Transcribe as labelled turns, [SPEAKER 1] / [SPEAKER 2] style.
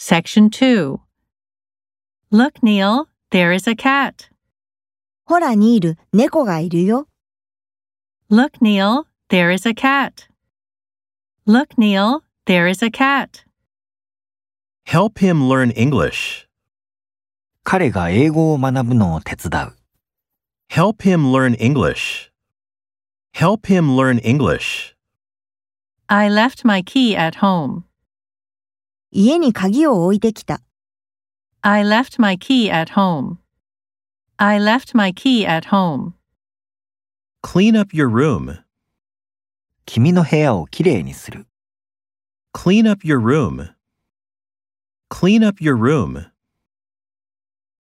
[SPEAKER 1] Section 2. Look, Neil, there is a cat.
[SPEAKER 2] ほら、ニール、猫がいるよ。
[SPEAKER 1] Look, Neil, there is a cat. Look, Neil, there is a cat.
[SPEAKER 3] Help him learn English.
[SPEAKER 4] 彼が英語を学ぶのを手伝う。
[SPEAKER 3] Help him learn English. Help him learn English.
[SPEAKER 1] I left my key at home.
[SPEAKER 2] 家に鍵を置いてきた。
[SPEAKER 1] I left my key at home. I left my key at home.
[SPEAKER 3] Clean up your room.
[SPEAKER 4] 君の部屋をきれいにする。
[SPEAKER 3] Clean up your room. Clean up your room.